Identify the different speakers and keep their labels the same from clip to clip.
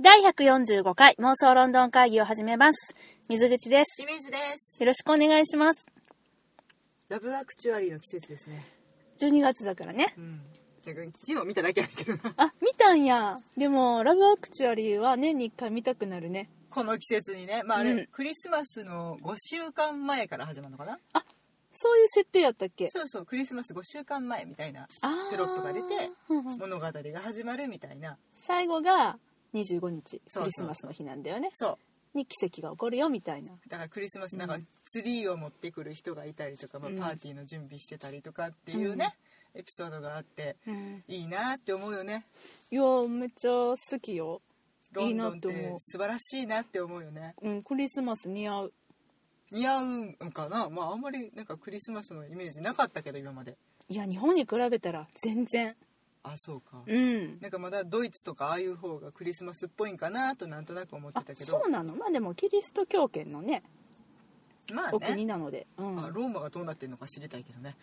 Speaker 1: 第145回妄想ロンドン会議を始めます。水口です。
Speaker 2: 清水です
Speaker 1: よろしくお願いします。
Speaker 2: ラブアクチュアリーの季節ですね
Speaker 1: 12月だからね
Speaker 2: う。ん昨日見ただけやけどな
Speaker 1: あ、見たんや。でも、ラブアクチュアリーは年に1回見たくなるね。
Speaker 2: この季節にねまああれ、
Speaker 1: うん
Speaker 2: クリスマスの5週間前から始まるのかな
Speaker 1: そういう設定やったっけ
Speaker 2: そうそうクリスマス5週間前みたいな
Speaker 1: あー
Speaker 2: テロップが出て
Speaker 1: うんうん
Speaker 2: 物語が始まるみたいな
Speaker 1: 最後が25日、
Speaker 2: そうそう
Speaker 1: クリスマスの日なんだよね。
Speaker 2: そ
Speaker 1: に奇跡が起こるよ、みたいな。
Speaker 2: うだからクリスマス
Speaker 1: うん
Speaker 2: なんかツリーを持ってくる人がいたりとか、まあ
Speaker 1: うん
Speaker 2: パーティーの準備してたりとかっていうね、エピソードがあっていいなって思うよね
Speaker 1: いやー、めっちゃ好きよ。
Speaker 2: ロンドン
Speaker 1: いいな
Speaker 2: っ
Speaker 1: って
Speaker 2: て
Speaker 1: 思う
Speaker 2: 素晴らしいなって思うよね
Speaker 1: うん、クリスマス似合う。
Speaker 2: 似合うんかなまああんまりなんかクリスマスのイメージなかったけど今まで
Speaker 1: いや、日本に比べたら全然。
Speaker 2: あそうか
Speaker 1: うん。
Speaker 2: なんかまだドイツとかああいう方がクリスマスっぽいんかなとなんとなく思って
Speaker 1: あ
Speaker 2: たけど
Speaker 1: そうなのまあでもキリスト教圏のね
Speaker 2: まあ
Speaker 1: お国
Speaker 2: ね
Speaker 1: なので、うん、
Speaker 2: あローマがどうなってるのか知りたいけどね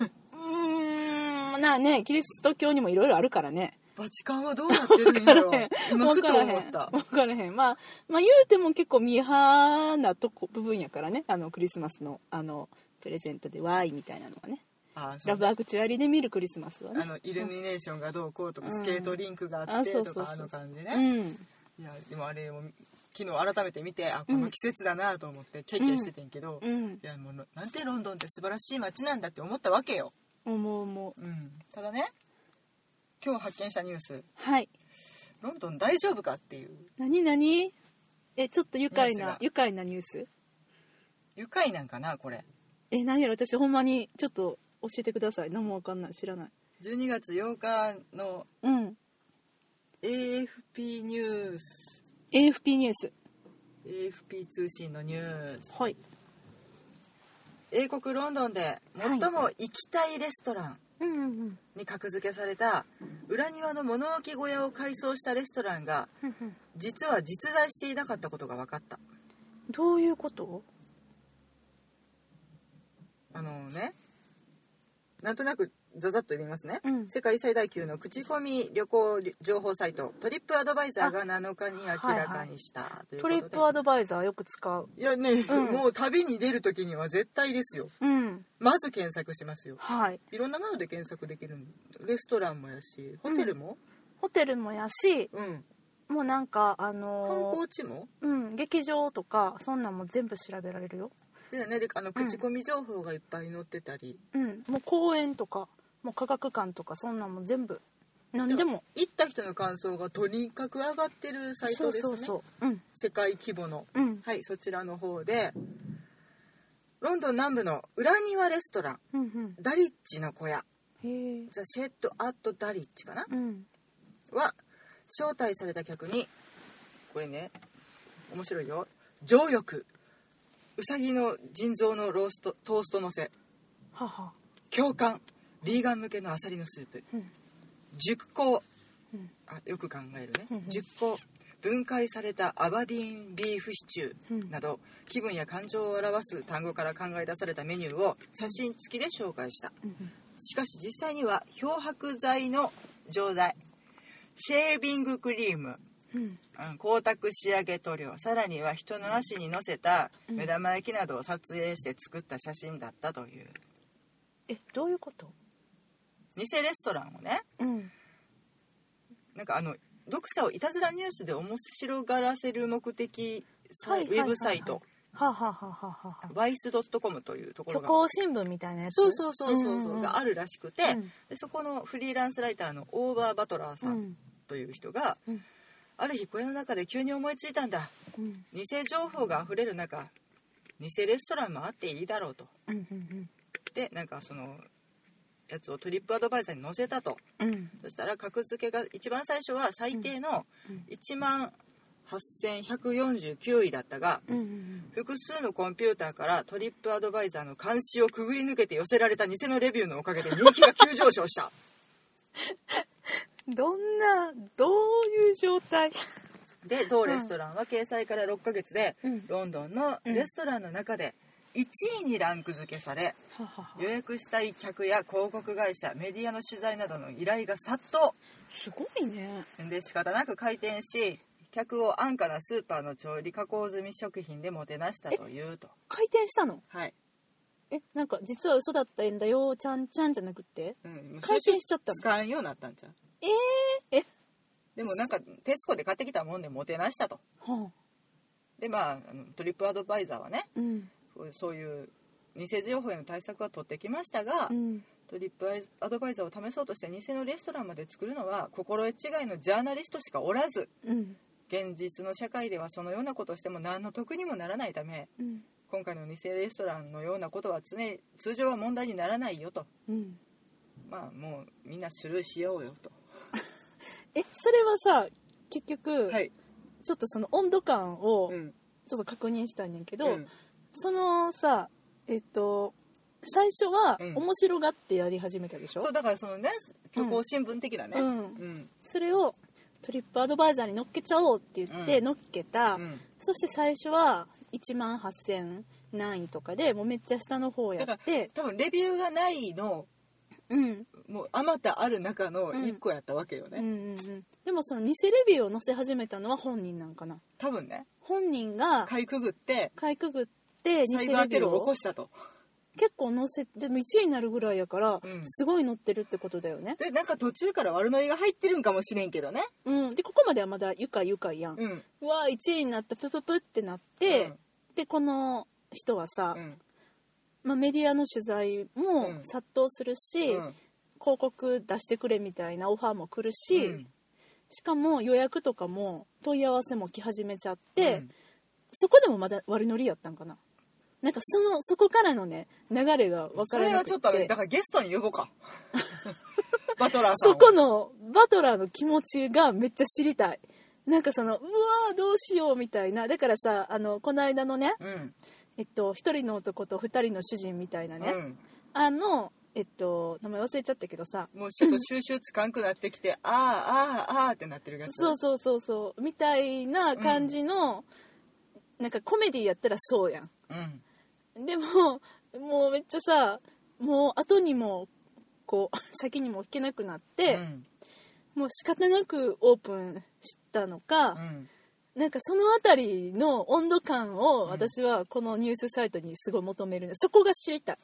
Speaker 1: うーんなあねキリスト教にもいろいろあるからね
Speaker 2: バチカンはどうなってるんだろう 今
Speaker 1: 分
Speaker 2: ふ
Speaker 1: か
Speaker 2: と
Speaker 1: らへ
Speaker 2: 思っ
Speaker 1: ん
Speaker 2: た
Speaker 1: 分からへんまあまあ言うても結構ミーハーなとこ部分やからねあのクリスマスのあのプレゼントでワイみたいなのはね
Speaker 2: あそう
Speaker 1: ラブアクチュアリーで見るクリスマスは
Speaker 2: あ
Speaker 1: ね
Speaker 2: のイルミネーションがどうこうとか、
Speaker 1: うん
Speaker 2: スケートリンクがあ
Speaker 1: あ
Speaker 2: って
Speaker 1: そう
Speaker 2: と
Speaker 1: そうそう
Speaker 2: かあの感じね、
Speaker 1: うん
Speaker 2: いやでもあれを昨日改めて見てあこの季節だなと思って経験しててんけど、
Speaker 1: う
Speaker 2: い
Speaker 1: ん
Speaker 2: やもうなんてロンドンって素晴らしい街なんだって思ったわけよ
Speaker 1: 思う思う
Speaker 2: うん、ただね今日発見したニュース
Speaker 1: はい
Speaker 2: ロンドン大丈夫かっていう
Speaker 1: 何何えちょっと愉快
Speaker 2: ニュース
Speaker 1: な
Speaker 2: が
Speaker 1: 愉快なニュース
Speaker 2: 愉快なんかなこれ
Speaker 1: え何やろ私ほんまにちょっと教えてください何も分かんない知らない
Speaker 2: 12月8日の
Speaker 1: うん
Speaker 2: AFP ニュース
Speaker 1: AFP ニュース
Speaker 2: AFP 通信のニュース
Speaker 1: はい
Speaker 2: 英国ロンドンで最も行きたいレストラン
Speaker 1: うんうん
Speaker 2: に格付けされた裏庭の物置小屋を改装したレストランが
Speaker 1: うん
Speaker 2: 実は実在していなかったことが分かった
Speaker 1: どういうこと
Speaker 2: あのねなんとなくざざっと読みますね、
Speaker 1: うん
Speaker 2: 世界最大級の口コミ旅行情報サイトトリップアドバイザーが7日に明らかにした、とい
Speaker 1: ト
Speaker 2: うことで
Speaker 1: リップアドバイザーよく使う
Speaker 2: いやね、
Speaker 1: うん
Speaker 2: もう旅に出る時には絶対ですよ
Speaker 1: うん
Speaker 2: まず検索しますよ
Speaker 1: はい
Speaker 2: いろんなもので検索できるんレストランもやしホテルも、
Speaker 1: ホテルもやし
Speaker 2: うん
Speaker 1: もうなんかあ
Speaker 2: 観
Speaker 1: のー
Speaker 2: 光地も
Speaker 1: うん劇場とかそんなんも全部調べられるよ
Speaker 2: でねであの口コミ情報がいっぱい載ってたり、
Speaker 1: うんもう公園とかもう科学館とかそんなんも全部何でも
Speaker 2: 行った人の感想がとにかく上がってるサイ
Speaker 1: そ
Speaker 2: ト
Speaker 1: う
Speaker 2: ですね
Speaker 1: そうそううん
Speaker 2: 世界規模の
Speaker 1: うん
Speaker 2: はい、そちらの方でロンドン南部の裏庭レストラン
Speaker 1: うん
Speaker 2: ダリッチの小屋
Speaker 1: うんへえ
Speaker 2: ザ・シェッド・アット・ダリッチかな
Speaker 1: うん
Speaker 2: は招待された客にこれね面白いよ上翼うさぎの腎臓のローストトーストのせ
Speaker 1: はは
Speaker 2: 共感ビーガン向けのアサリのスープ
Speaker 1: うん
Speaker 2: 熟考
Speaker 1: うん
Speaker 2: あよく考える
Speaker 1: うんう
Speaker 2: ね
Speaker 1: ん
Speaker 2: 熟考分解されたアバディーンビーフシチュ
Speaker 1: うん
Speaker 2: ーなど気分や感情を表す単語から考え出されたメニューを写真付きで紹介した
Speaker 1: うん
Speaker 2: しかし実際には漂白剤の錠剤シェービングクリーム
Speaker 1: うん
Speaker 2: うん光沢仕上げ塗料さらには人の足にのせた目玉焼きなどを撮影して作った写真だったという
Speaker 1: えどういうこと
Speaker 2: 偽レストランをね
Speaker 1: うん
Speaker 2: なんかあの読者をいたずらニュースで面白がらせる目的サイ
Speaker 1: はいはいはいはい
Speaker 2: ウェブサイト
Speaker 1: はあはあはあはあはあ
Speaker 2: ワイスドットコムというところ
Speaker 1: 虚
Speaker 2: が
Speaker 1: 構新聞みたいなやつ
Speaker 2: そうそうそうそうそう、
Speaker 1: んん
Speaker 2: があるらしくて、
Speaker 1: うん
Speaker 2: でそこのフリーランスライターのオーバーバトラー
Speaker 1: う
Speaker 2: さん
Speaker 1: ん
Speaker 2: という人が、
Speaker 1: うん
Speaker 2: ある日小屋の中で急に思いついたんだ
Speaker 1: うん
Speaker 2: 偽情報があふれる中偽レストランもあっていいだろうと
Speaker 1: うんうん
Speaker 2: でなんかそのやつをトリップアドバイザーに載せたと
Speaker 1: うんうん
Speaker 2: そしたら格付けが一番最初は最低の
Speaker 1: うん
Speaker 2: 1万8149位だったが
Speaker 1: うんうん
Speaker 2: 複数のコンピューターからトリップアドバイザーの監視をくぐり抜けて寄せられた偽のレビューのおかげで人気が急上昇した
Speaker 1: どんなどういう状態
Speaker 2: で同レストランは掲載から6ヶ月で
Speaker 1: うん
Speaker 2: ロンドンのレストランの中で1位にランク付けされ予約したい客や広告会社メディアの取材などの依頼が殺到
Speaker 1: すごいね
Speaker 2: で仕方なく開店し客を安価なスーパーの調理加工済み食品でもてなしたというと
Speaker 1: 開店したの
Speaker 2: はい、
Speaker 1: えなんか実は嘘だったんだよちゃんちゃんじゃなくって
Speaker 2: うん、
Speaker 1: 開店しちゃったの
Speaker 2: 使うようになったんちゃう
Speaker 1: えー、え
Speaker 2: でもなんかテスコで買ってきたもんでもてなしたと
Speaker 1: は
Speaker 2: でまああのトリップアドバイザーはね
Speaker 1: あうん
Speaker 2: そういう偽情報への対策は取ってきましたが、
Speaker 1: うん
Speaker 2: トリップアドバイザーを試そうとして偽のレストランまで作るのは心得違いのジャーナリストしかおらず
Speaker 1: うん
Speaker 2: 現実の社会ではそのようなことをしても何の得にもならないため
Speaker 1: うん
Speaker 2: 今回の偽レストランのようなことは常に通常は問題にならないよと
Speaker 1: うん
Speaker 2: まあもうみんなスルーしようよと、
Speaker 1: えそれはさ結局、
Speaker 2: はい、
Speaker 1: ちょっとその温度感を
Speaker 2: うん、
Speaker 1: ちょっと確認したんやけど、
Speaker 2: うん
Speaker 1: そのさえっと最初は
Speaker 2: うん
Speaker 1: 面白がってやり始めたでしょ、
Speaker 2: そうだからそのね虚構新聞的なね、
Speaker 1: うん
Speaker 2: うん
Speaker 1: それをトリップアドバイザーに乗っけちゃおうって言って
Speaker 2: うん
Speaker 1: 乗っけた、
Speaker 2: うん
Speaker 1: そして最初は1万8000何位とかでもうめっちゃ下の方や
Speaker 2: だか
Speaker 1: っ
Speaker 2: ら
Speaker 1: て
Speaker 2: 多分レビューがないの
Speaker 1: うん
Speaker 2: もうあまたある中の1個やったわけよね、
Speaker 1: うんうんうんでもその偽レビューを載せ始めたのは本人なんかな
Speaker 2: 多分ね
Speaker 1: 本人が
Speaker 2: かいくぐって
Speaker 1: かいくぐって偽
Speaker 2: サ
Speaker 1: レ
Speaker 2: イ
Speaker 1: ビ
Speaker 2: バー
Speaker 1: ュ
Speaker 2: テ
Speaker 1: ー
Speaker 2: ロを起
Speaker 1: を
Speaker 2: こしたと
Speaker 1: 結構載せてでも1位になるぐらいやから
Speaker 2: うん
Speaker 1: すごい載ってるってことだよね
Speaker 2: でなんか途中から悪ノリが入ってるんかもしれんけどね
Speaker 1: うんでここまではまだ愉快愉快やん
Speaker 2: うん
Speaker 1: うわ1位になったプププってなって、
Speaker 2: うん
Speaker 1: でこの人はさ、
Speaker 2: うん
Speaker 1: まあ、メディアの取材も
Speaker 2: うん
Speaker 1: 殺到するし、
Speaker 2: うん
Speaker 1: 広告出してくれみたいなオファーも来るし、
Speaker 2: うん
Speaker 1: しかも予約とかも問い合わせも来始めちゃって、
Speaker 2: うん
Speaker 1: そこでもまだ悪ノリやったんかななんかそのそこからのね流れが分
Speaker 2: そ
Speaker 1: から
Speaker 2: れ
Speaker 1: な
Speaker 2: は
Speaker 1: くて
Speaker 2: ちょっとあれだからゲストに呼ぼう かバトラーさんを
Speaker 1: そこのバトラーの気持ちがめっちゃ知りたいなんかそのうわーどうしようみたいなだからさあのこの間のね、
Speaker 2: うん
Speaker 1: えっと、1人の男と2人の主人みたいなね、
Speaker 2: うん
Speaker 1: あの、えっと、名前忘れちゃったけどさ
Speaker 2: もうちょっと収集つかんくなってきて ああああああってなってるやつ
Speaker 1: そうそうそうそうみたいな感じの、なんかコメディやったらそうやん
Speaker 2: うん
Speaker 1: でももうめっちゃさもう後にもこう 先にも引けなくなっ
Speaker 2: う
Speaker 1: て、
Speaker 2: ん
Speaker 1: もう仕方なくオープンしたのか、
Speaker 2: うん
Speaker 1: なんかその辺りの温度感を私はこのニュースサイトにすごい求めるねそこが知りたい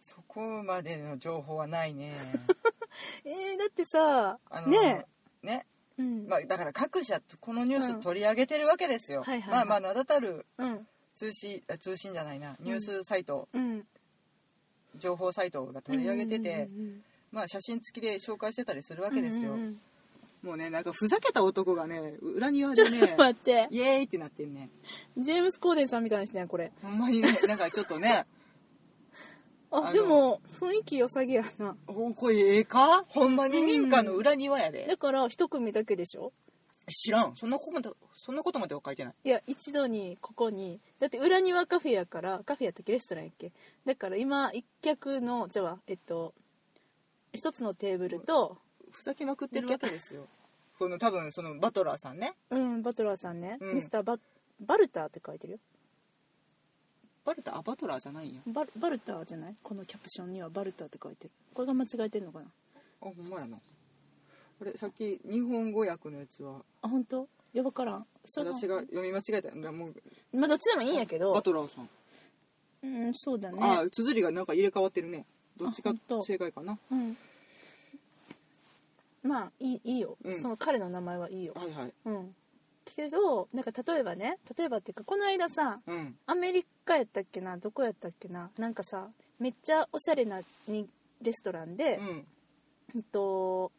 Speaker 2: そこまでの情報はな いね
Speaker 1: えー、だってさ
Speaker 2: あの
Speaker 1: ね
Speaker 2: ね
Speaker 1: え、うん
Speaker 2: まあ、だから各社このニュー
Speaker 1: うん
Speaker 2: ス取り上げてるわけですよ、
Speaker 1: はいはいはい
Speaker 2: まあまあ名だたる
Speaker 1: うん
Speaker 2: 通信あ通信じゃないなニュースサイト、
Speaker 1: うん
Speaker 2: 情報サイトが取り上げてて、
Speaker 1: うんうんうん
Speaker 2: まあ、写真付きで紹介してたりするわけですよ、
Speaker 1: うんうん
Speaker 2: もうねなんかふざけた男がね裏庭
Speaker 1: ちょ
Speaker 2: で
Speaker 1: っ
Speaker 2: ね
Speaker 1: と待って
Speaker 2: イエーイってなってんね
Speaker 1: ジェームス・コーデンさんみたいな人やんこれ
Speaker 2: ほんまにねなんかちょっとねあ
Speaker 1: あ
Speaker 2: の
Speaker 1: でも雰囲気良さげやな
Speaker 2: おこれええかほんまに民家の裏庭やで、
Speaker 1: だから一組だけでしょ
Speaker 2: 知らんそんなことまでそんなことまでは書いてない
Speaker 1: いや一度にここにだって裏庭カフェやからカフェやったっけレストランやっけだから今一脚のじゃあえっと一つのテーブルと
Speaker 2: ふざけまくってるわけですよこの多分そのバトラーさんね
Speaker 1: うんバトラーさんね、
Speaker 2: うん
Speaker 1: ミスターババルターって書いてるよ
Speaker 2: バルタあバトラーじゃないんや
Speaker 1: バルバルターじゃないこのキャプションにはバルターって書いてるこれが間違えてるのかな
Speaker 2: あほんまやなこれさっき日本語訳のやつは
Speaker 1: あ本当やばからんそれが
Speaker 2: 私が読み間違えたんだもう
Speaker 1: まあどっちでもいいんやけ
Speaker 2: バ
Speaker 1: ど
Speaker 2: トラーさん、
Speaker 1: うんそうだね
Speaker 2: ああ綴りがなんか入れ替わってるねどっち
Speaker 1: あ
Speaker 2: か
Speaker 1: ほんと
Speaker 2: 正解かな
Speaker 1: うんまあいいいいよ、
Speaker 2: うん
Speaker 1: その彼の名前はいいよ、
Speaker 2: はいはい
Speaker 1: うん、けどなんか例えばね例えばっていうかこの間さ
Speaker 2: うん
Speaker 1: アメリカやったっけなどこやったっけななんかさめっちゃおしゃれなにレストランで
Speaker 2: う、ん
Speaker 1: うんと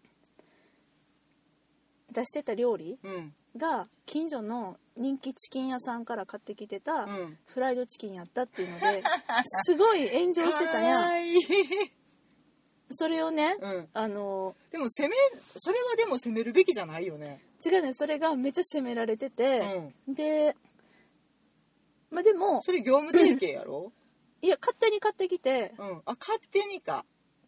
Speaker 1: 出してた料理
Speaker 2: うん
Speaker 1: が近所の人気チキン屋さんから買ってきてた
Speaker 2: うん
Speaker 1: フライドチキンやったっていうの ですごい炎上してたやん
Speaker 2: んいい
Speaker 1: それをね、
Speaker 2: うん
Speaker 1: あの
Speaker 2: でも攻めそれはでも攻めるべきじゃないよね
Speaker 1: 違うねそれがめっちゃ責められて
Speaker 2: う
Speaker 1: て、
Speaker 2: ん
Speaker 1: でまあでも
Speaker 2: それ業務提携やろ
Speaker 1: いや勝手に買ってきて、
Speaker 2: うんあ勝手にか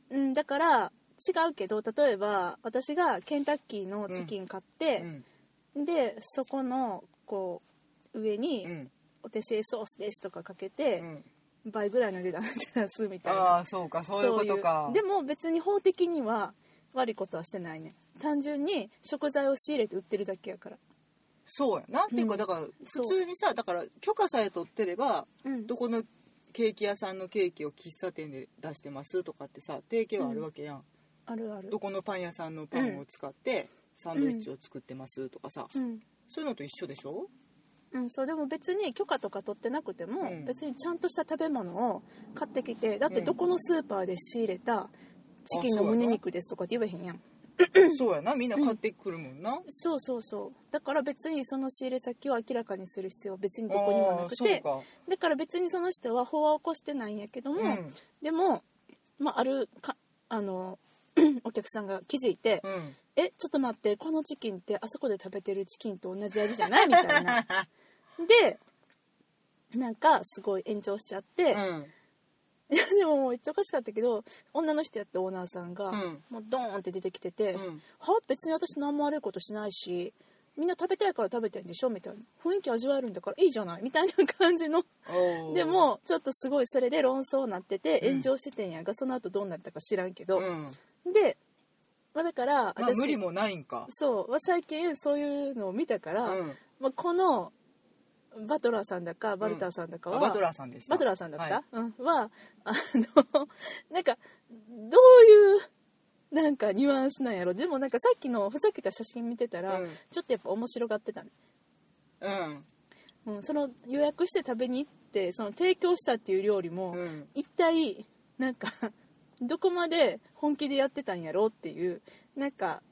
Speaker 1: うん、だから違うけど例えば私がケンタッキーのチキン買っ
Speaker 2: う
Speaker 1: て、
Speaker 2: ん
Speaker 1: でそこのこう上
Speaker 2: う
Speaker 1: に
Speaker 2: ん
Speaker 1: お手製ソースですとかかけて
Speaker 2: う、ん
Speaker 1: 倍ぐらいの値段で出すみたいな
Speaker 2: ああそうかそういうことか
Speaker 1: そういうでも別に法的には悪いことはしてないね単純に食材を仕入れて売ってるだけやから
Speaker 2: そうやな、っていう
Speaker 1: う
Speaker 2: か
Speaker 1: ん
Speaker 2: だから
Speaker 1: そ
Speaker 2: 普
Speaker 1: う
Speaker 2: 通にさだから許可さえ取ってれば
Speaker 1: うん
Speaker 2: どこのケーキ屋さんのケーキを喫茶店で出してますとかってさ定型はあるわけやん、
Speaker 1: あるある
Speaker 2: どこのパン屋さんのパンを使ってサンドイッチを作ってますとかさ、
Speaker 1: うん
Speaker 2: そういうのと一緒でしょ
Speaker 1: うん、そうでも別に許可とか取ってなくても、
Speaker 2: うん
Speaker 1: 別にちゃんとした食べ物を買ってきてだってどこのスーパーで仕入れたチキンの胸肉ですとかって言えへんやん
Speaker 2: そうやなみんな買ってくるもんな、
Speaker 1: そうそうそうだから別にその仕入れ先を明らかにする必要は別にどこにもなくて
Speaker 2: あーそうか
Speaker 1: だから別にその人は法は起こしてないんやけども、
Speaker 2: うん
Speaker 1: でも、まあ、あるかあの お客さんが気づいて
Speaker 2: う、ん
Speaker 1: えちょっと待ってこのチキンってあそこで食べてるチキンと同じ味じゃないみたい なでなんかすごい炎上しちゃって、いやでももうめっちゃおかしかったけど女の人やってオーナーさんが、
Speaker 2: うん
Speaker 1: もうドーンって出てきてて「
Speaker 2: うん
Speaker 1: は別に私何も悪いことしないしみんな食べたいから食べてんでしょ」みたいな「雰囲気味わえるんだからいいじゃない」みたいな感じの
Speaker 2: うん
Speaker 1: でもちょっとすごいそれで論争になってて
Speaker 2: うん
Speaker 1: 炎上しててんやが、その後どうなったか知らんけ
Speaker 2: お
Speaker 1: ど、
Speaker 2: ーうん
Speaker 1: で、まあ、だから
Speaker 2: まあ無理もないんか
Speaker 1: そう、まあ最近そういうのを見たから、
Speaker 2: うん
Speaker 1: まあ、このバトラーさんだかバルターさんだかは、
Speaker 2: あバトラーさんでした
Speaker 1: バトラーさんだった、
Speaker 2: はい
Speaker 1: うん、はあの なんかどういうなんかニュアンスなんやろでもなんかさっきのふざけた写真見てたら、
Speaker 2: うん
Speaker 1: ちょっとやっぱ面白がってたね、
Speaker 2: うん
Speaker 1: うん、その予約して食べに行ってその提供したっていう料理も、
Speaker 2: うん
Speaker 1: 一体なんか どこまで本気でやってたんやろうっていうなんか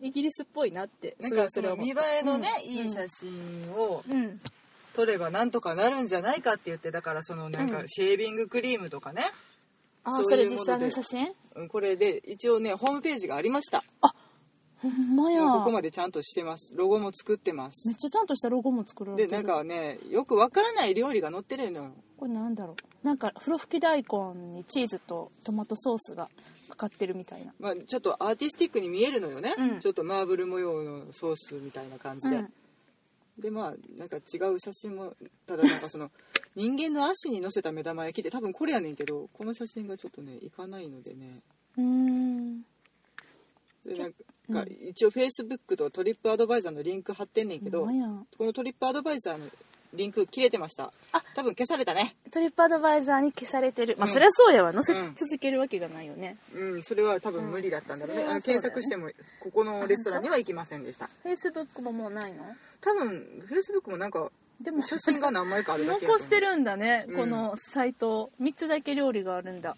Speaker 1: イギリスっぽいなって
Speaker 2: なん
Speaker 1: すご
Speaker 2: か
Speaker 1: い
Speaker 2: そ
Speaker 1: れ
Speaker 2: の
Speaker 1: 思っ
Speaker 2: 見栄
Speaker 1: た
Speaker 2: えのね、
Speaker 1: うん
Speaker 2: いい写真を
Speaker 1: うん、うん
Speaker 2: 撮ればなんとかなるんじゃないかって言ってだからそのなん
Speaker 1: う
Speaker 2: か
Speaker 1: ん
Speaker 2: シェービングクリームとかね、
Speaker 1: あ
Speaker 2: そういう
Speaker 1: それ
Speaker 2: もので
Speaker 1: 実際の写真
Speaker 2: うんこれで一応ねホームページがありました
Speaker 1: ほんまや
Speaker 2: もうここまでちゃんとしてますロゴも作ってま
Speaker 1: めっ
Speaker 2: す
Speaker 1: ちゃちゃんとしたロゴも作られて
Speaker 2: で
Speaker 1: る
Speaker 2: なんかねよくわからない料理が載ってるのよ
Speaker 1: これなんだろうなんか風呂吹き大根にチーズとトマトソースがかかってるみたいな
Speaker 2: まあ、ちょっとアーティスティックに見えるのよね、
Speaker 1: うん
Speaker 2: ちょっとマーブル模様のソースみたいな感じで、
Speaker 1: うん
Speaker 2: でまあなんか違う写真もただなんかその人間の足に乗せた目玉焼きって多分これやねんけどこの写真がちょっとねいかないのでね
Speaker 1: うーん
Speaker 2: でなん
Speaker 1: うん
Speaker 2: か一応フェイスブックとトリップアドバイザーのリンク貼ってんねんけど、
Speaker 1: ほんまやん
Speaker 2: このトリップアドバイザーのリンク切れてました
Speaker 1: あ
Speaker 2: 多分消されたね
Speaker 1: トリップアドバイザーに消されてるまあ、
Speaker 2: うん
Speaker 1: そりゃそうやわ載せ
Speaker 2: うん
Speaker 1: 続けるわけがないよね、
Speaker 2: うんそれは多分無理だったんだろうね,、
Speaker 1: うん
Speaker 2: あの
Speaker 1: それは
Speaker 2: 検
Speaker 1: そうだよね
Speaker 2: 索してもここのレストランには行きませんでした
Speaker 1: フェイスブックももうないの
Speaker 2: 多分フェイスブックもなんか
Speaker 1: でも
Speaker 2: 写真が何枚かあるだけやと思
Speaker 1: 残
Speaker 2: う
Speaker 1: してるんだね、
Speaker 2: うん
Speaker 1: このサイト3つだけ料理があるんだ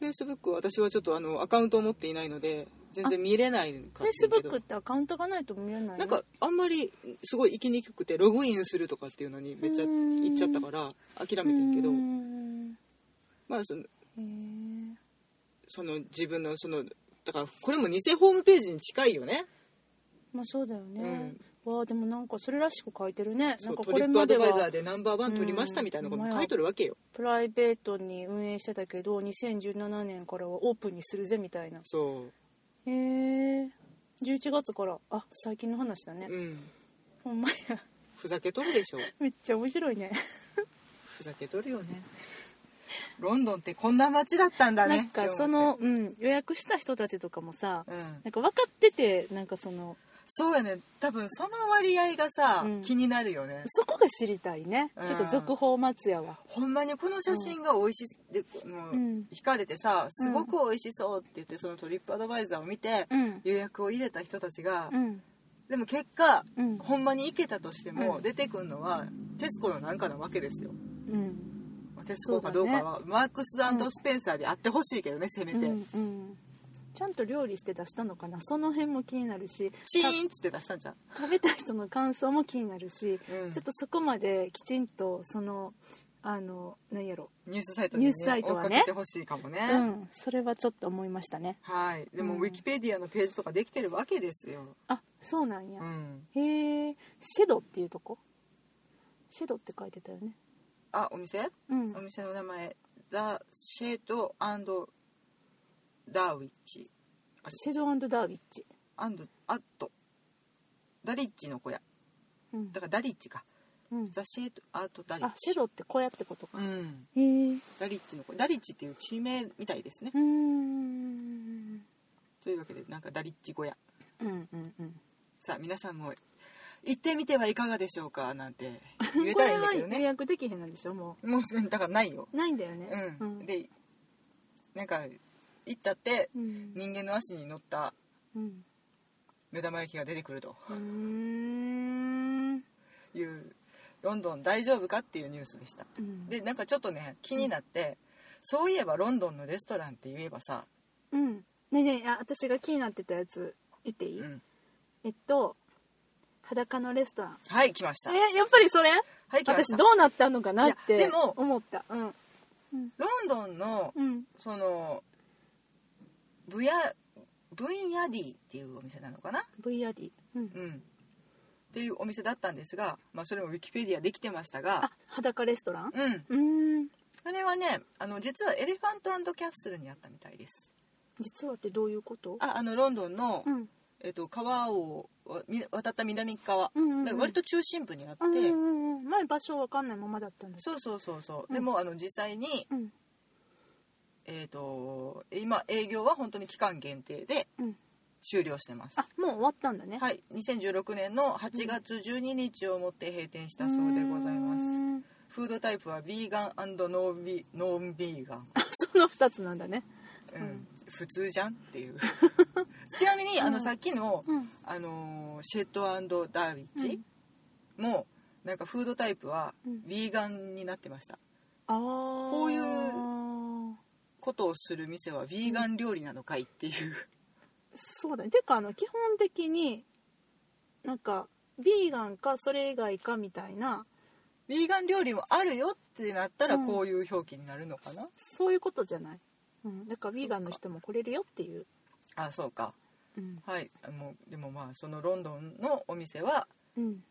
Speaker 2: フェイスブックは私はちょっとあのアカウントを持っていないので全然見れない
Speaker 1: フ
Speaker 2: か
Speaker 1: ェ
Speaker 2: も
Speaker 1: イ
Speaker 2: し
Speaker 1: ス
Speaker 2: れ
Speaker 1: ブ
Speaker 2: な
Speaker 1: ッ
Speaker 2: いけど
Speaker 1: クってアカウントがないと見れないの
Speaker 2: なんかあんまりすごい行きにくくてログインするとかっていうのにめっちゃ
Speaker 1: うーん
Speaker 2: 行っちゃったから諦
Speaker 1: うー
Speaker 2: めてんけど
Speaker 1: ん
Speaker 2: まあその
Speaker 1: へー
Speaker 2: その自分のそのだからこれも偽ホームページに近いよね
Speaker 1: まあそうだよね、わあでもなんかそれらしく書いてるね
Speaker 2: そ
Speaker 1: な
Speaker 2: うん
Speaker 1: か
Speaker 2: ト
Speaker 1: こ
Speaker 2: リ
Speaker 1: れ
Speaker 2: ップ
Speaker 1: ま
Speaker 2: ア
Speaker 1: で
Speaker 2: ドバイ
Speaker 1: は
Speaker 2: ザーでナンバーワン取りましたみたいなことも書いとるわけよ
Speaker 1: プライベートに運営してたけど2017年からはオープンにするぜみたいな
Speaker 2: そ
Speaker 1: へえ11月からあ最近の話だ
Speaker 2: う
Speaker 1: ね、
Speaker 2: うん
Speaker 1: ほんまや
Speaker 2: ふざけとるでしょ
Speaker 1: めっちゃ面白いね
Speaker 2: ふざけとるよねロンドンってこんな街だったんだね
Speaker 1: なん
Speaker 2: っ
Speaker 1: か
Speaker 2: て思って
Speaker 1: その、うん、予約した人たちとかもさ、
Speaker 2: うん
Speaker 1: なんか分かっててなんかその
Speaker 2: そうやね多分その割合がさ、
Speaker 1: うん
Speaker 2: 気になるよね
Speaker 1: そこが知りたいね、
Speaker 2: うん
Speaker 1: ちょっと続報待つやわ
Speaker 2: ほんまにこの写真が美味しいで、もう
Speaker 1: うん
Speaker 2: 惹かれてさすごく美味しそうって言ってそのトリップアドバイザーを見て、
Speaker 1: うん
Speaker 2: 予約を入れた人たちが、
Speaker 1: うん
Speaker 2: でも結果、
Speaker 1: うん
Speaker 2: ほんまに行けたとしても、
Speaker 1: うん
Speaker 2: 出てくるのはテスコのなんかなわけですよ
Speaker 1: うん
Speaker 2: まあテスコかどうかはマークススペンサーであってほしいけどねせめ
Speaker 1: う
Speaker 2: て、
Speaker 1: んうんちゃんと料理して出したのかなその辺も気になるし
Speaker 2: チーンっつって出したんじゃん
Speaker 1: た食べた人の感想も気になるし、
Speaker 2: うん
Speaker 1: ちょっとそこまできちんとそのあの何やろ、
Speaker 2: ニュースサイトに、ね、
Speaker 1: ニュースサイトはね
Speaker 2: 追っかけてほしいかもね、
Speaker 1: うんそれはちょっと思いましたね
Speaker 2: はいでも、
Speaker 1: うん
Speaker 2: ウィキペディアのページとかできてるわけですよ、
Speaker 1: あそうなんや、
Speaker 2: うん、
Speaker 1: へえシェドっていうとこシェドって書いてたよね
Speaker 2: あお店
Speaker 1: うん
Speaker 2: お店の名前ザ・シェードダーウィッチあ
Speaker 1: シェドダービッチ、
Speaker 2: アンドアットダリッチの小屋
Speaker 1: うん
Speaker 2: だからダリッチか
Speaker 1: うん、
Speaker 2: ザ・シェードアートダリッ
Speaker 1: あシ
Speaker 2: チ
Speaker 1: ェドって小屋ってことか、
Speaker 2: うん
Speaker 1: へえ
Speaker 2: ダリッチの小屋ダリッチっていう地名みたいですね
Speaker 1: うーん
Speaker 2: というわけでなんかダリッチ小屋
Speaker 1: うんうんうん
Speaker 2: さあ皆さんも行ってみてはいかがでしょうかなんて言え
Speaker 1: こ
Speaker 2: たらい
Speaker 1: れ
Speaker 2: いんだ
Speaker 1: は
Speaker 2: けど
Speaker 1: 予
Speaker 2: ね
Speaker 1: 約できへんなんでしょも
Speaker 2: もうだからないよ
Speaker 1: うないんだよね
Speaker 2: うん、でなんか行ったって
Speaker 1: うん
Speaker 2: 人間の足に乗った
Speaker 1: うん
Speaker 2: 目玉焼きが出てくると
Speaker 1: うーん
Speaker 2: いうロンドン大丈夫かっていうニュースでした
Speaker 1: うん
Speaker 2: でなんかちょっとね気になって、そういえばロンドンのレストランって言えばさ、
Speaker 1: うんねえねえあ私が気になってたやつ言っていい、
Speaker 2: うん、
Speaker 1: えっと裸のレストラン
Speaker 2: はい来ました
Speaker 1: えやっぱりそれ
Speaker 2: はい来まし
Speaker 1: 私
Speaker 2: た
Speaker 1: どうなったのかなっ
Speaker 2: いや
Speaker 1: て
Speaker 2: でも
Speaker 1: 思ったうんうん
Speaker 2: ロンドンの
Speaker 1: うん
Speaker 2: そのブヤブイヤディっていうお店なのかな、
Speaker 1: VRD うん
Speaker 2: うん、っていうお店だったんですが、まあ、それもウィキペディアできてました
Speaker 1: あ
Speaker 2: が、
Speaker 1: 裸レストラン
Speaker 2: うん、
Speaker 1: うーん
Speaker 2: それはねあの実はエレファントキャッスルにあったみたいです
Speaker 1: 実はってどういうこと
Speaker 2: ああのロンドンの、
Speaker 1: うん
Speaker 2: えっと、川をわみ渡った南側、
Speaker 1: うんうんうん
Speaker 2: だから割と中心部にあって、
Speaker 1: うんうんうん前場所わかんないままだったんだけど
Speaker 2: そうそうそうそう、
Speaker 1: うん
Speaker 2: でもあの実際に、
Speaker 1: うん
Speaker 2: えー、と今営業は本当に期間限定で
Speaker 1: うん
Speaker 2: 終了してます
Speaker 1: あもう終わったんだね
Speaker 2: はい2016年の8月12日をもって閉店したそうでございます、
Speaker 1: うーん
Speaker 2: フードタイプはビーガンノービノンビーガン、
Speaker 1: あ その2つなんだね
Speaker 2: うん
Speaker 1: うん
Speaker 2: 普通じゃんっ ていうちなみにあ
Speaker 1: う
Speaker 2: の
Speaker 1: ん
Speaker 2: さっきの、
Speaker 1: うん
Speaker 2: あのーシェッドダーウィッチも、なんかフードタイプは
Speaker 1: うん
Speaker 2: ビーガンになってました
Speaker 1: ああ
Speaker 2: こ
Speaker 1: こ
Speaker 2: ういうことをする店はビーガン料理なのかいっていう
Speaker 1: そうだねてかあの基本的になんかビーガンかそれ以外かみたいな
Speaker 2: ビーガン料理もあるよってなったら
Speaker 1: うん
Speaker 2: こういう表記になるのかな、
Speaker 1: そういうことじゃない、うん、だからビーガンの人も来れるよっていう
Speaker 2: あそうか
Speaker 1: うん
Speaker 2: はいもうでもまあそのロンドンのお店は
Speaker 1: うん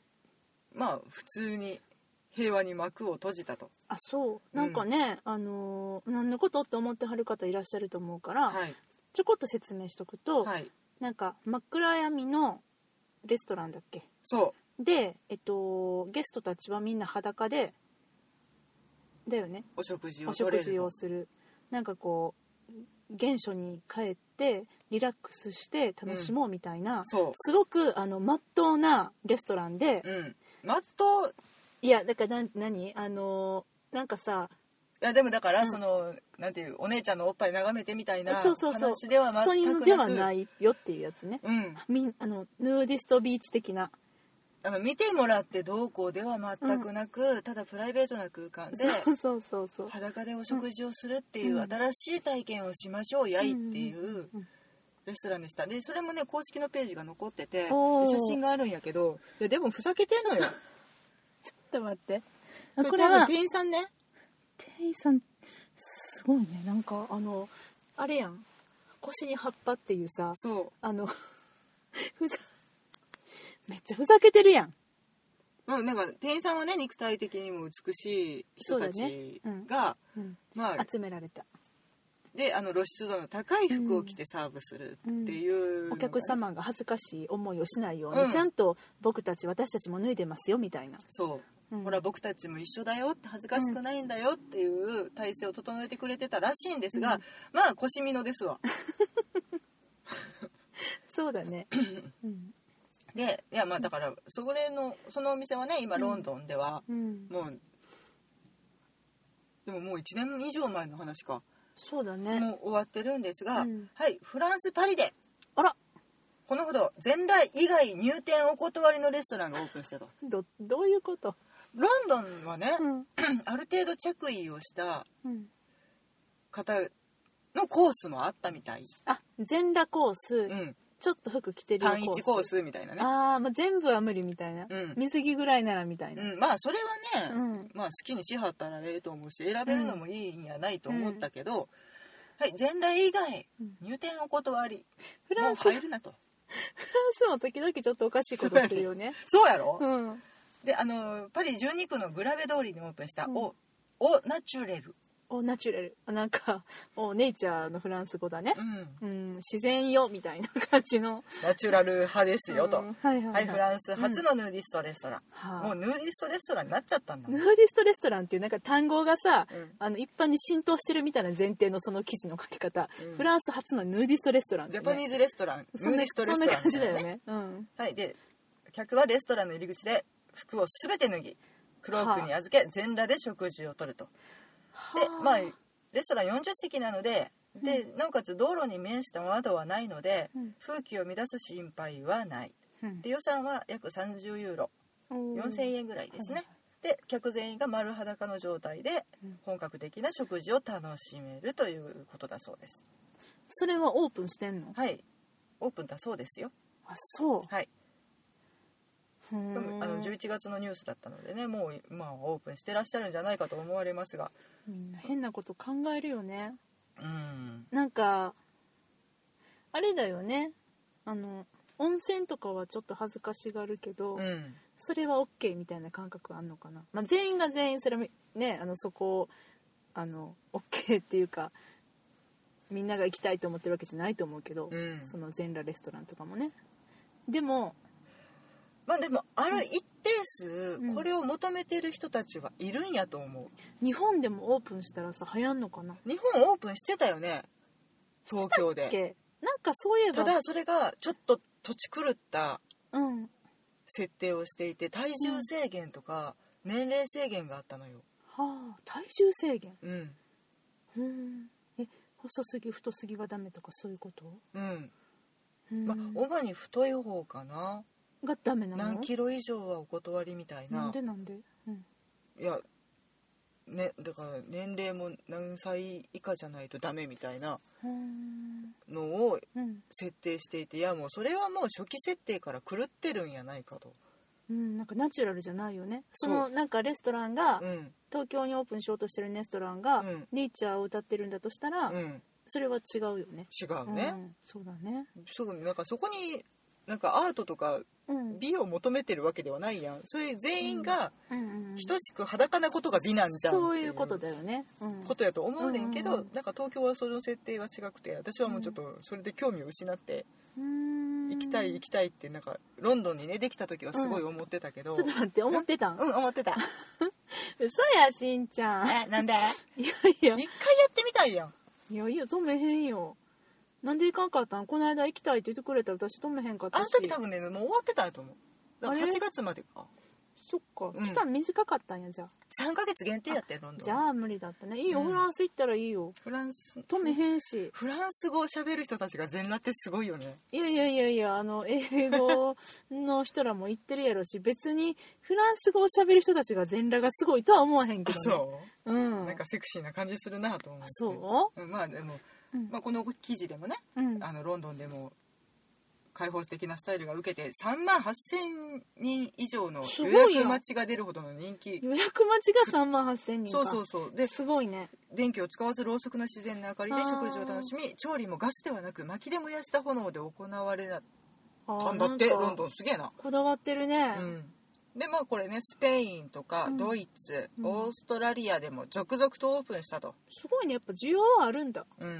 Speaker 2: まあ普通に平和に幕を閉じたと
Speaker 1: あそうなんかね、あのー何のことって思ってはる方いらっしゃると思うから、
Speaker 2: はい
Speaker 1: ちょこっと説明しとくと、
Speaker 2: はい
Speaker 1: なんか真っ暗闇のレストランだっけ
Speaker 2: そ
Speaker 1: で、えっと、ゲストたちはみんな裸でだよね
Speaker 2: うお食事を
Speaker 1: お
Speaker 2: 取れ
Speaker 1: 食
Speaker 2: る
Speaker 1: 事
Speaker 2: と
Speaker 1: をするなんかこう原初に帰ってリラックスして楽しもうみたいな、
Speaker 2: そう
Speaker 1: すごくあの真っ当なレストランで、
Speaker 2: うんまっとう
Speaker 1: いやだからなん何あのーなんかさ
Speaker 2: いやでもだから
Speaker 1: ん
Speaker 2: その、なんていうお姉ちゃんのおっぱい眺めてみたいな
Speaker 1: そうそうそう
Speaker 2: 話では
Speaker 1: そうい
Speaker 2: 全
Speaker 1: う
Speaker 2: くな
Speaker 1: の
Speaker 2: く
Speaker 1: ではないよっていうやつね
Speaker 2: うん、
Speaker 1: みんあのヌーディストビーチ的な
Speaker 2: あの見てもらってどうこうでは全くなく、ただプライベートな空間で
Speaker 1: そうそうそうそう
Speaker 2: 裸でお食事をするっていう
Speaker 1: うん
Speaker 2: 新しい体験をしましょうやいっていう
Speaker 1: うん
Speaker 2: レストランでしたでそれもね公式のページが残っててで
Speaker 1: おー
Speaker 2: 写真があるんやけどいやでもふざけてんの
Speaker 1: ち
Speaker 2: よ
Speaker 1: ょっと待って
Speaker 2: これ
Speaker 1: これ
Speaker 2: 多分
Speaker 1: は
Speaker 2: 店員さんね
Speaker 1: 店員さんすごいねなんかあのあれやん腰に葉っぱっていうさ
Speaker 2: そ
Speaker 1: あのふざめっちゃふざけてるやん
Speaker 2: う、まあ、なんか店員さんはね肉体的にも美しい
Speaker 1: そ
Speaker 2: 人た
Speaker 1: うだね
Speaker 2: ち
Speaker 1: うん
Speaker 2: が、
Speaker 1: うん
Speaker 2: まあ
Speaker 1: 集められた
Speaker 2: であの露出度の高い服を着てサーブするっていうのがね、
Speaker 1: お客様が恥ずかしい思いをしないよう
Speaker 2: うん
Speaker 1: にちゃんと僕たち私たちも脱いでますよみたいな
Speaker 2: そう、
Speaker 1: うん
Speaker 2: ほら僕たちも一緒だよって恥ずかしくないんだよっていう体制を整えてくれてたらしいんですが、
Speaker 1: うん
Speaker 2: まあ腰みのですわ
Speaker 1: そうだ ねうん
Speaker 2: でいやまあだからそれのそのお店はね今ロンドンでは
Speaker 1: うん
Speaker 2: もう、でももう1年以上前の話か
Speaker 1: そうだね
Speaker 2: もう終わってるんですが、
Speaker 1: うん
Speaker 2: はいフランス・パリで
Speaker 1: あら
Speaker 2: このほど前来以外入店お断りのレストランがオープンしたと
Speaker 1: どどういうこと、
Speaker 2: ロンドンはね、
Speaker 1: ん
Speaker 2: ある程度着衣をした
Speaker 1: うん、
Speaker 2: 方のコースもあったみたい、
Speaker 1: あ全裸コース、
Speaker 2: うん、
Speaker 1: ちょっと服着てるよ
Speaker 2: 単一コースみたいなね
Speaker 1: ああ、まあ、全部は無理みたいな、
Speaker 2: うん
Speaker 1: 水着ぐらいならみたいな、
Speaker 2: うん、まあそれはね、
Speaker 1: うん
Speaker 2: まあ、好きにしはったらええと思うし選べるのもいいんやないと思ったけど、はい前来以外
Speaker 1: うん
Speaker 2: 入店お断り、
Speaker 1: フラ
Speaker 2: もう
Speaker 1: ンスフラ
Speaker 2: 入るなと
Speaker 1: ンスも時々ちょっとおかしいことするよね
Speaker 2: そうやろ、
Speaker 1: うん
Speaker 2: であのパリ12区のグラベ通りにオープンした、
Speaker 1: うん
Speaker 2: オオナチュレル、
Speaker 1: おナチュラルあなんか おネイチャーのフランス語だね
Speaker 2: うん、
Speaker 1: うん自然よみたいな感じの
Speaker 2: ナチュラル派ですよと、
Speaker 1: うんはいはい、
Speaker 2: はいフランス初のヌーディストレストラン、
Speaker 1: はあ
Speaker 2: もうヌーディストレストランになっちゃったんだ
Speaker 1: ヌ
Speaker 2: もん
Speaker 1: ーディストレストランっていうなんか単語がさ、
Speaker 2: うん
Speaker 1: あの一般に浸透してるみたいな前提のその記事の書き方、
Speaker 2: うん
Speaker 1: フランス初のヌーディストレストラン
Speaker 2: ジ
Speaker 1: だ
Speaker 2: ャ
Speaker 1: よ
Speaker 2: パ
Speaker 1: ね、
Speaker 2: ニーズレストラン、
Speaker 1: そ
Speaker 2: ヌ
Speaker 1: ん
Speaker 2: ーデ
Speaker 1: な
Speaker 2: ィストレストラン
Speaker 1: そんな感じ
Speaker 2: みた
Speaker 1: だ
Speaker 2: いな
Speaker 1: よね、うん、
Speaker 2: はいで客はレストランの入り口で服を全て脱ぎクロークに預け全裸で食事をとるとでまあレストラン40席なのででなおかつ道路に面した窓はないので、
Speaker 1: うん
Speaker 2: 風紀を乱す心配はない
Speaker 1: うん
Speaker 2: で予算は約30ユーロ
Speaker 1: うん
Speaker 2: 4000円ぐらいです
Speaker 1: はい
Speaker 2: ね、で客全員が丸裸の状態で
Speaker 1: うん
Speaker 2: 本格的な食事を楽しめるということだそうです
Speaker 1: それはオープンしてんの
Speaker 2: はいオープンだそうですよ
Speaker 1: あそう
Speaker 2: はい、
Speaker 1: ふー
Speaker 2: でも
Speaker 1: ん
Speaker 2: あの11月のニュースだったのでねもう今はオープンしてらっしゃるんじゃないかと思われますが
Speaker 1: みんな変なこと考えるよね
Speaker 2: うん
Speaker 1: なんかあれだよねあの温泉とかはちょっと恥ずかしがるけど、
Speaker 2: うん
Speaker 1: それは OK みたいな感覚あんのかな、まあ、全員が全員それもねあのそこをあの OK っていうかみんなが行きたいと思ってるわけじゃないと思うけど、
Speaker 2: うん
Speaker 1: その全裸レストランとかもねでも
Speaker 2: まあでもある一定数
Speaker 1: うん
Speaker 2: これを求めてる人たちはいるんやと思
Speaker 1: 日本でもオープンしたらさ流行んのかな
Speaker 2: う日本オープンしてたよね東京
Speaker 1: だっ
Speaker 2: で
Speaker 1: けなんかそういえば
Speaker 2: ただそれがちょっと土地狂った
Speaker 1: うん
Speaker 2: 設定をしていて体重制限とか年齢制限があったのよ、
Speaker 1: はあ体重制限
Speaker 2: うん
Speaker 1: うんえ細すぎ太すぎはダメとかそういうこと、
Speaker 2: うん
Speaker 1: うん
Speaker 2: まあ、主に太い方かな
Speaker 1: がダメなの
Speaker 2: 何キロ以上はお断りみたい
Speaker 1: な
Speaker 2: なん
Speaker 1: でなんで、うん、
Speaker 2: いや、ね、だから年齢も何歳以下じゃないとダメみたいな
Speaker 1: うん
Speaker 2: のを
Speaker 1: うん
Speaker 2: 設定していていやもうそれはもう初期設定から狂ってるんやないかと、
Speaker 1: うん、なんかナチュラルじゃないよねそ
Speaker 2: そう
Speaker 1: のなんかレストランが、
Speaker 2: うん
Speaker 1: 東京にオープンしようとしてるレストランが、
Speaker 2: うん
Speaker 1: ネイチャーを歌ってるんだとしたら、
Speaker 2: うん、
Speaker 1: それは違うよね
Speaker 2: 違うね
Speaker 1: う、ん、そうだね
Speaker 2: そうなんかそこになんかアートとか
Speaker 1: うん
Speaker 2: 美を求めてるわけではないやんそれ全員が
Speaker 1: うんうん
Speaker 2: 等しく裸なことが美なんじゃん
Speaker 1: そういうこと
Speaker 2: で
Speaker 1: だよね、うん、
Speaker 2: ことやと思うねんけど、
Speaker 1: うん
Speaker 2: なんか東京はその設定が違くて私はもうちょっとそれで興味を失って行
Speaker 1: 行
Speaker 2: きたい
Speaker 1: ち
Speaker 2: 行きたいってなんかロンドンにねできた時はすごい思ってたけど、
Speaker 1: ょっと待って思ってたん、
Speaker 2: うん思ってた
Speaker 1: 嘘やしんちゃん
Speaker 2: えなんで一
Speaker 1: い やいや
Speaker 2: 回やってみたいやん
Speaker 1: いやいいよ止めへんよなんで行かんかったんこの間行きたいって言ってくれたら私止めへんかっ
Speaker 2: あ
Speaker 1: た
Speaker 2: の
Speaker 1: し
Speaker 2: 時多分ねもう終わってたと思うだから
Speaker 1: あれ
Speaker 2: 8月までか
Speaker 1: そっか、
Speaker 2: うん
Speaker 1: 期間短かったんやじゃあ
Speaker 2: 3ヶ月限定やってロンドン
Speaker 1: じゃあ無理だったねいいよ、
Speaker 2: うん
Speaker 1: フランス行ったらいいよ
Speaker 2: フランス
Speaker 1: 止めへんし
Speaker 2: フランス語を喋る人たちが全裸ってすごいよね
Speaker 1: いやいやいやいやあの英語の人らも言ってるやろし別にフランス語を喋る人たちが全裸がすごいとは思わへんけ
Speaker 2: あ
Speaker 1: ど、ね、
Speaker 2: そう
Speaker 1: うん
Speaker 2: うなんかセクシーな感じするなと思って
Speaker 1: そ
Speaker 2: うんまあでも、
Speaker 1: うん
Speaker 2: まあ、この記事でもね
Speaker 1: ううん
Speaker 2: あのロンドンでも開放的なスタイルが受けて3万8000人以上の
Speaker 1: すご
Speaker 2: 予
Speaker 1: いやん
Speaker 2: 約待ちが出るほどの人気
Speaker 1: 予約待ちが3万8000人か
Speaker 2: そうそうそうです
Speaker 1: ごいね
Speaker 2: 電気を使わずろうそくの自然な明かりで
Speaker 1: あー
Speaker 2: 食事を楽しみ調理もガスではなく薪で燃やした炎で行われ
Speaker 1: あ
Speaker 2: た
Speaker 1: ー
Speaker 2: んだって
Speaker 1: なんか
Speaker 2: ロンドンすげえな、
Speaker 1: こだわってるね、
Speaker 2: うん、でまあこれねスペインとか
Speaker 1: うん
Speaker 2: ドイツ、
Speaker 1: うん
Speaker 2: オーストラリアでも続々とオープンしたと、
Speaker 1: すごいねやっぱ需要はあるんだ
Speaker 2: うん、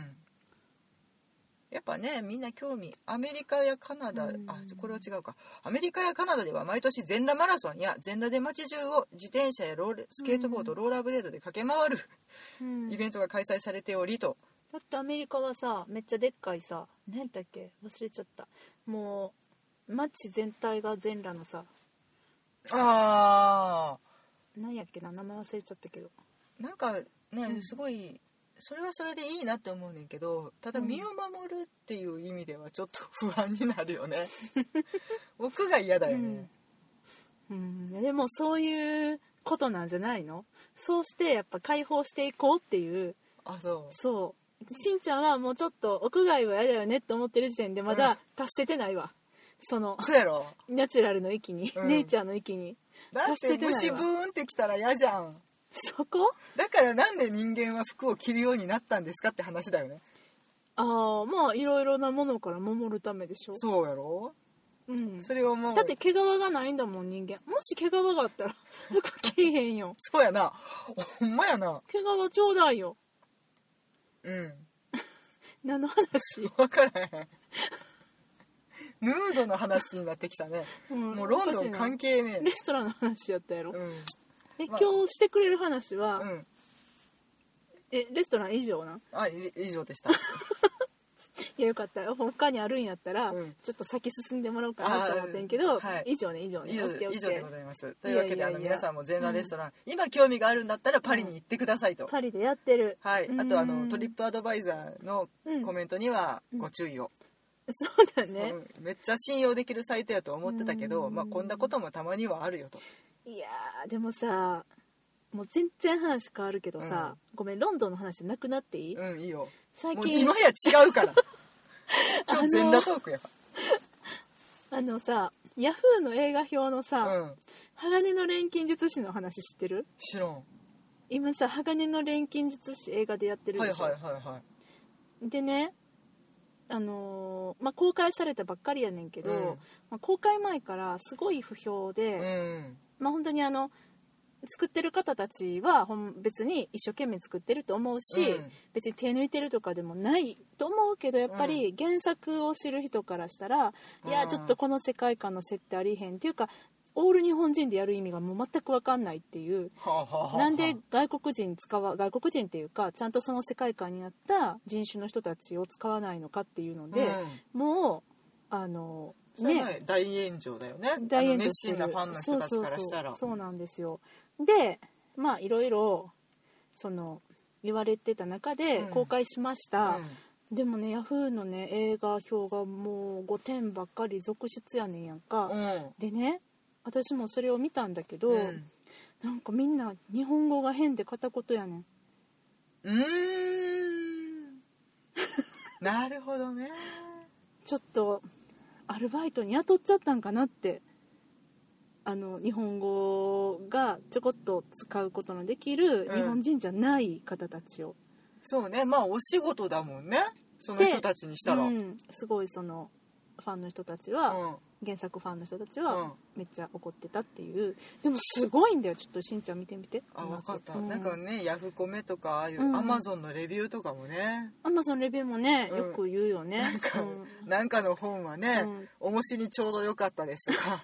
Speaker 2: やっぱねみんな興味アメリカやカナダ、
Speaker 1: うん
Speaker 2: あこれは違うかアメリカやカナダでは毎年全裸マラソンや全裸で街中を自転車やロールスケートボード、
Speaker 1: うん
Speaker 2: ローラーブレードで駆け回る
Speaker 1: うん
Speaker 2: イベントが開催されておりと、
Speaker 1: だってアメリカはさめっちゃでっかいさ何だっけ忘れちゃったもう街全体が全裸のさ
Speaker 2: ああ
Speaker 1: 何やっけな名前忘れちゃったけど
Speaker 2: なんかね、
Speaker 1: うん
Speaker 2: すごいそれはそれでいいなって思うねんけどただ
Speaker 1: うん
Speaker 2: 身を守るっていう意味ではちょっと不安になるよ ね僕が嫌だよね、
Speaker 1: うん、うん、でもそういうことなんじゃないのそうしてやっぱ解放していこうっていう
Speaker 2: あそう
Speaker 1: そうしんちゃんはもうちょっと屋外は嫌だよねって思ってる時点でま
Speaker 2: うん
Speaker 1: だ達せてないわ、その
Speaker 2: そうやろ
Speaker 1: ナチュラルの域に、
Speaker 2: うん
Speaker 1: ネイチャーの域に
Speaker 2: だっ
Speaker 1: 助
Speaker 2: て
Speaker 1: けてないわ
Speaker 2: 虫ブーンってきたら嫌じゃん
Speaker 1: そこ
Speaker 2: だからなんで人間は服を着るようになったんですかって話だよね
Speaker 1: ああまあいろいろなものから守るためでしょ
Speaker 2: そうやろ
Speaker 1: う、うん、
Speaker 2: それをもう
Speaker 1: だって毛皮がないんだもん人間もし毛皮があ ったら服着えへんよ
Speaker 2: そうやなほんまやな
Speaker 1: 毛皮ちょうだいよ
Speaker 2: うん
Speaker 1: 何の話、
Speaker 2: 分からへんヌードの話になってきたね
Speaker 1: ん
Speaker 2: もうロンド
Speaker 1: おかし
Speaker 2: ン
Speaker 1: いな
Speaker 2: 関係ね
Speaker 1: レストランの話やったやろ、
Speaker 2: えうん
Speaker 1: え
Speaker 2: ま
Speaker 1: 今
Speaker 2: あ
Speaker 1: 日してくれる話は、
Speaker 2: うん
Speaker 1: えレストラン以上なん
Speaker 2: あい以上でした
Speaker 1: いやよかったよ他にあるんやったら、
Speaker 2: うん
Speaker 1: ちょっと先進んでもらおうかなと思ってんけ
Speaker 2: あ
Speaker 1: ど、
Speaker 2: ーはい
Speaker 1: 以上ね以上ね
Speaker 2: 以上
Speaker 1: オッケーオ
Speaker 2: 以
Speaker 1: ッケ
Speaker 2: 上
Speaker 1: ー
Speaker 2: でございますというわけで
Speaker 1: いやいやいや
Speaker 2: あの皆さんも全裸レストラン、今興味があるんだったらパリに行ってくださいと、
Speaker 1: パリでやってる
Speaker 2: はい、あとあのトリッ
Speaker 1: プ
Speaker 2: プアドバイザーの
Speaker 1: うん
Speaker 2: コメントにはご注意を、
Speaker 1: そうだね
Speaker 2: うんめっちゃ信用できるサイトやと思ってたけど、
Speaker 1: うん
Speaker 2: まあ、こんなこともたまにはあるよと
Speaker 1: いやーでもさもう全然話変わるけどさ、ごめんロンドンの話なくなっていい、
Speaker 2: うんいいよ
Speaker 1: 最
Speaker 2: もう
Speaker 1: 近
Speaker 2: 今や違うから 今日全裸トークやか
Speaker 1: あのさヤフーの映画表のさ、
Speaker 2: ら、うん、
Speaker 1: 鋼の錬金術師の話知ってる
Speaker 2: 知らんは
Speaker 1: 今さ鋼の錬金術師映画でやって
Speaker 2: い
Speaker 1: る
Speaker 2: はい
Speaker 1: でしょ、
Speaker 2: はいはい
Speaker 1: でねあのーまあ、公開されたばっかりやねんけど、
Speaker 2: うん
Speaker 1: まあ、公開前からすごい不評で、
Speaker 2: うん
Speaker 1: まあ、本当にあの作ってる方たちはほん別に一生懸命作ってると思うし、
Speaker 2: うん
Speaker 1: 別に手抜いてるとかでもないと思うけどやっぱり原作を知る人からしたら、
Speaker 2: うん
Speaker 1: いやちょっとこの世界観の設定ありへんっていうかオール日本人でやる意味がもう全く分かんないっていう
Speaker 2: はあはあはあはあ
Speaker 1: なんで外国人使わ外国人っていうかちゃんとその世界観になった人種の人たちを使わないのかっていうので、もうあの
Speaker 2: うん、ね大炎上だよね
Speaker 1: 大炎上
Speaker 2: 熱心なファンの人たちからしたら
Speaker 1: そうそうそうそうなんですよでまあいろいろその言われてた中で
Speaker 2: うん
Speaker 1: 公開しました、でもねヤフーのね映画表がもう5点ばっかり続出やねんやんか、
Speaker 2: うんうん
Speaker 1: でね私もそれを見たんだけど、
Speaker 2: うん
Speaker 1: なんかみんな日本語が変で片言やねん
Speaker 2: うーんなるほどね
Speaker 1: ちょっとアルバイトに雇っちゃったんかなってあの日本語がちょこっと使うことのできる
Speaker 2: うん
Speaker 1: 日本人じゃない方たちを、
Speaker 2: そうねまあお仕事だもんねその人たちにしたら、
Speaker 1: う
Speaker 2: うん
Speaker 1: んすごいそのファンの人たちは、原作ファンの人たち
Speaker 2: うん
Speaker 1: はめっちゃ怒ってたっていうでもすごいんだよちょっとしんちゃん見てみて
Speaker 2: あ分かった、
Speaker 1: う
Speaker 2: なんかねヤフコメとかああいう
Speaker 1: うん
Speaker 2: アマゾンのレビューとかもね、
Speaker 1: アマゾンレビューもね
Speaker 2: うん
Speaker 1: よく言うよね、
Speaker 2: なんか、
Speaker 1: うん
Speaker 2: なんかの本はね、
Speaker 1: うん
Speaker 2: おもしにちょうど良かったです とか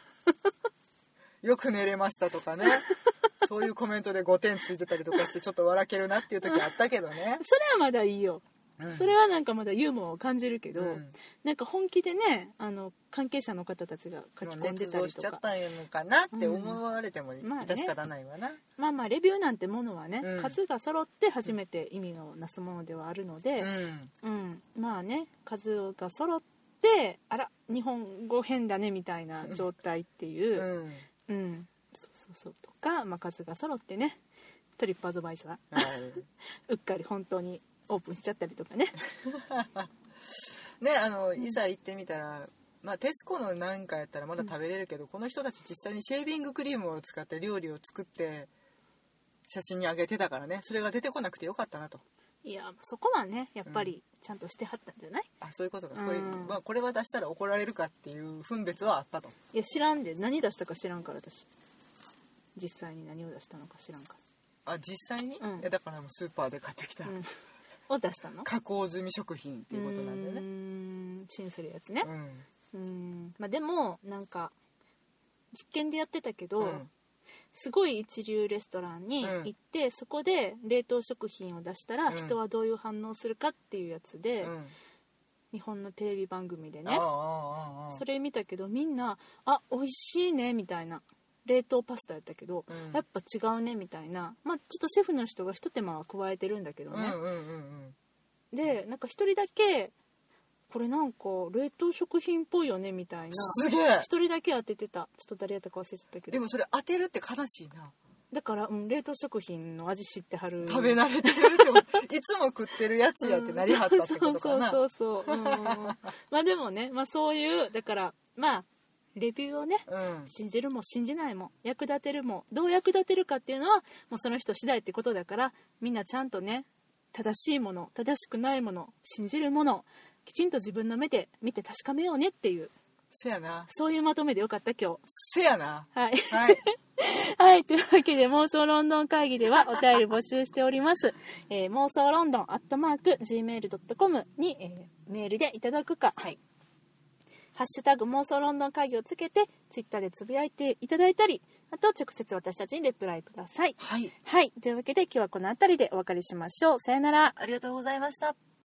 Speaker 2: よく寝れましたとかねそういうコメントで5点ついてたりとかしてちょっと笑けるなっていう時あったけどね、
Speaker 1: それはまだいいよ、
Speaker 2: うん
Speaker 1: それはなんかまだユーモアを感じるけど、
Speaker 2: うん
Speaker 1: なんか本気でねあの関係者の方たちが書き込んでた
Speaker 2: 捏造
Speaker 1: り
Speaker 2: し
Speaker 1: と
Speaker 2: ちゃっ
Speaker 1: か
Speaker 2: たんやのかなって思われても
Speaker 1: んまあね
Speaker 2: 致し方ないわな、
Speaker 1: まあまあレビューなんてものはね、
Speaker 2: うん
Speaker 1: 数が揃って初めて意味をなすものではあるので、
Speaker 2: うん
Speaker 1: うんまあね数が揃ってあら日本語変だねみたいな状態っていう う、う
Speaker 2: ん
Speaker 1: んそうそうそうとか、まあ、数が揃ってねトリップアドバイザー
Speaker 2: は
Speaker 1: うっかり本当にオープンしちゃったりとか ね
Speaker 2: い、ねあのいざ行ってみたら、まあ、テスコのなんかやったらまだ食べれるけど、この人たち実際にシェービングクリームを使って料理を作って写真に上げてたからねそれが出てこなくてよかったなと
Speaker 1: いやそこはねやっぱりちゃんとしてはったんじゃない、
Speaker 2: あそういうことかこれ,、
Speaker 1: うん
Speaker 2: まあ、これは出したら怒られるかっていう分別はあったと
Speaker 1: いや知らんで何出したか知らんから私実際に何を出したのか知らんか
Speaker 2: あ実際に、
Speaker 1: うん
Speaker 2: いやだからもうスーパーで買ってきた、
Speaker 1: ら、うん、を出したの
Speaker 2: 加工済み食品っていうことなんだよ
Speaker 1: うー
Speaker 2: ね
Speaker 1: んチンするやつね
Speaker 2: うん、
Speaker 1: うーんまあでもなんか実験でやってたけど、
Speaker 2: うん
Speaker 1: すごい一流レストランに行って、そこで冷凍食品を出したら
Speaker 2: うん
Speaker 1: 人はどういう反応するかっていうやつで、
Speaker 2: うん
Speaker 1: 日本のテレビ番組で
Speaker 2: ああ
Speaker 1: ね
Speaker 2: ああああ
Speaker 1: それ見たけどみんな「あ美味しいね」みたいな冷凍パスタやったけど、
Speaker 2: うん
Speaker 1: やっぱ違うねみたいなまあちょっとシェフの人がひと手間は加えてるんだけどね、
Speaker 2: うんうんうん
Speaker 1: でなんか一人だけこれなんか冷凍食品っぽいよねみたいな
Speaker 2: すげえ
Speaker 1: 一人だけ当ててたちょっと誰やったか忘れちゃったけ
Speaker 2: で
Speaker 1: ど
Speaker 2: もそれ当てるって悲しいな
Speaker 1: だから、うん、冷凍食品の味知ってはる
Speaker 2: 食べ
Speaker 1: な
Speaker 2: 慣れてるってこと いつも食ってるやつやってなりはったって
Speaker 1: そ
Speaker 2: こ
Speaker 1: う
Speaker 2: と
Speaker 1: そ
Speaker 2: か
Speaker 1: う
Speaker 2: な
Speaker 1: そうそう、うん、まあでもね、まあ、そういうだからまあレビューをね
Speaker 2: うん
Speaker 1: 信じるも信じないも役立てるもどう役立てるかっていうのはもうその人次第ってことだからみんなちゃんとね正しいもの正しくないもの信じるものきちんと自分の目で見て確かめようねっていう
Speaker 2: せやな
Speaker 1: そういうまとめでよかった今日
Speaker 2: せやな
Speaker 1: はい
Speaker 2: はい
Speaker 1: はい。というわけで、妄想ロンドン会議ではお便り募集しております。えー妄想ロンドンアットマーク gmail.com に、えーメールでいただくか、
Speaker 2: はい
Speaker 1: ハッシュタグ妄想ロンドン会議をつけて、ツイッターでつぶやいていただいたり、あと直接私たちにレプライください。
Speaker 2: はい
Speaker 1: はい。というわけで、今日はこの辺りでお別れしましょう。さよなら。
Speaker 2: ありがとうございました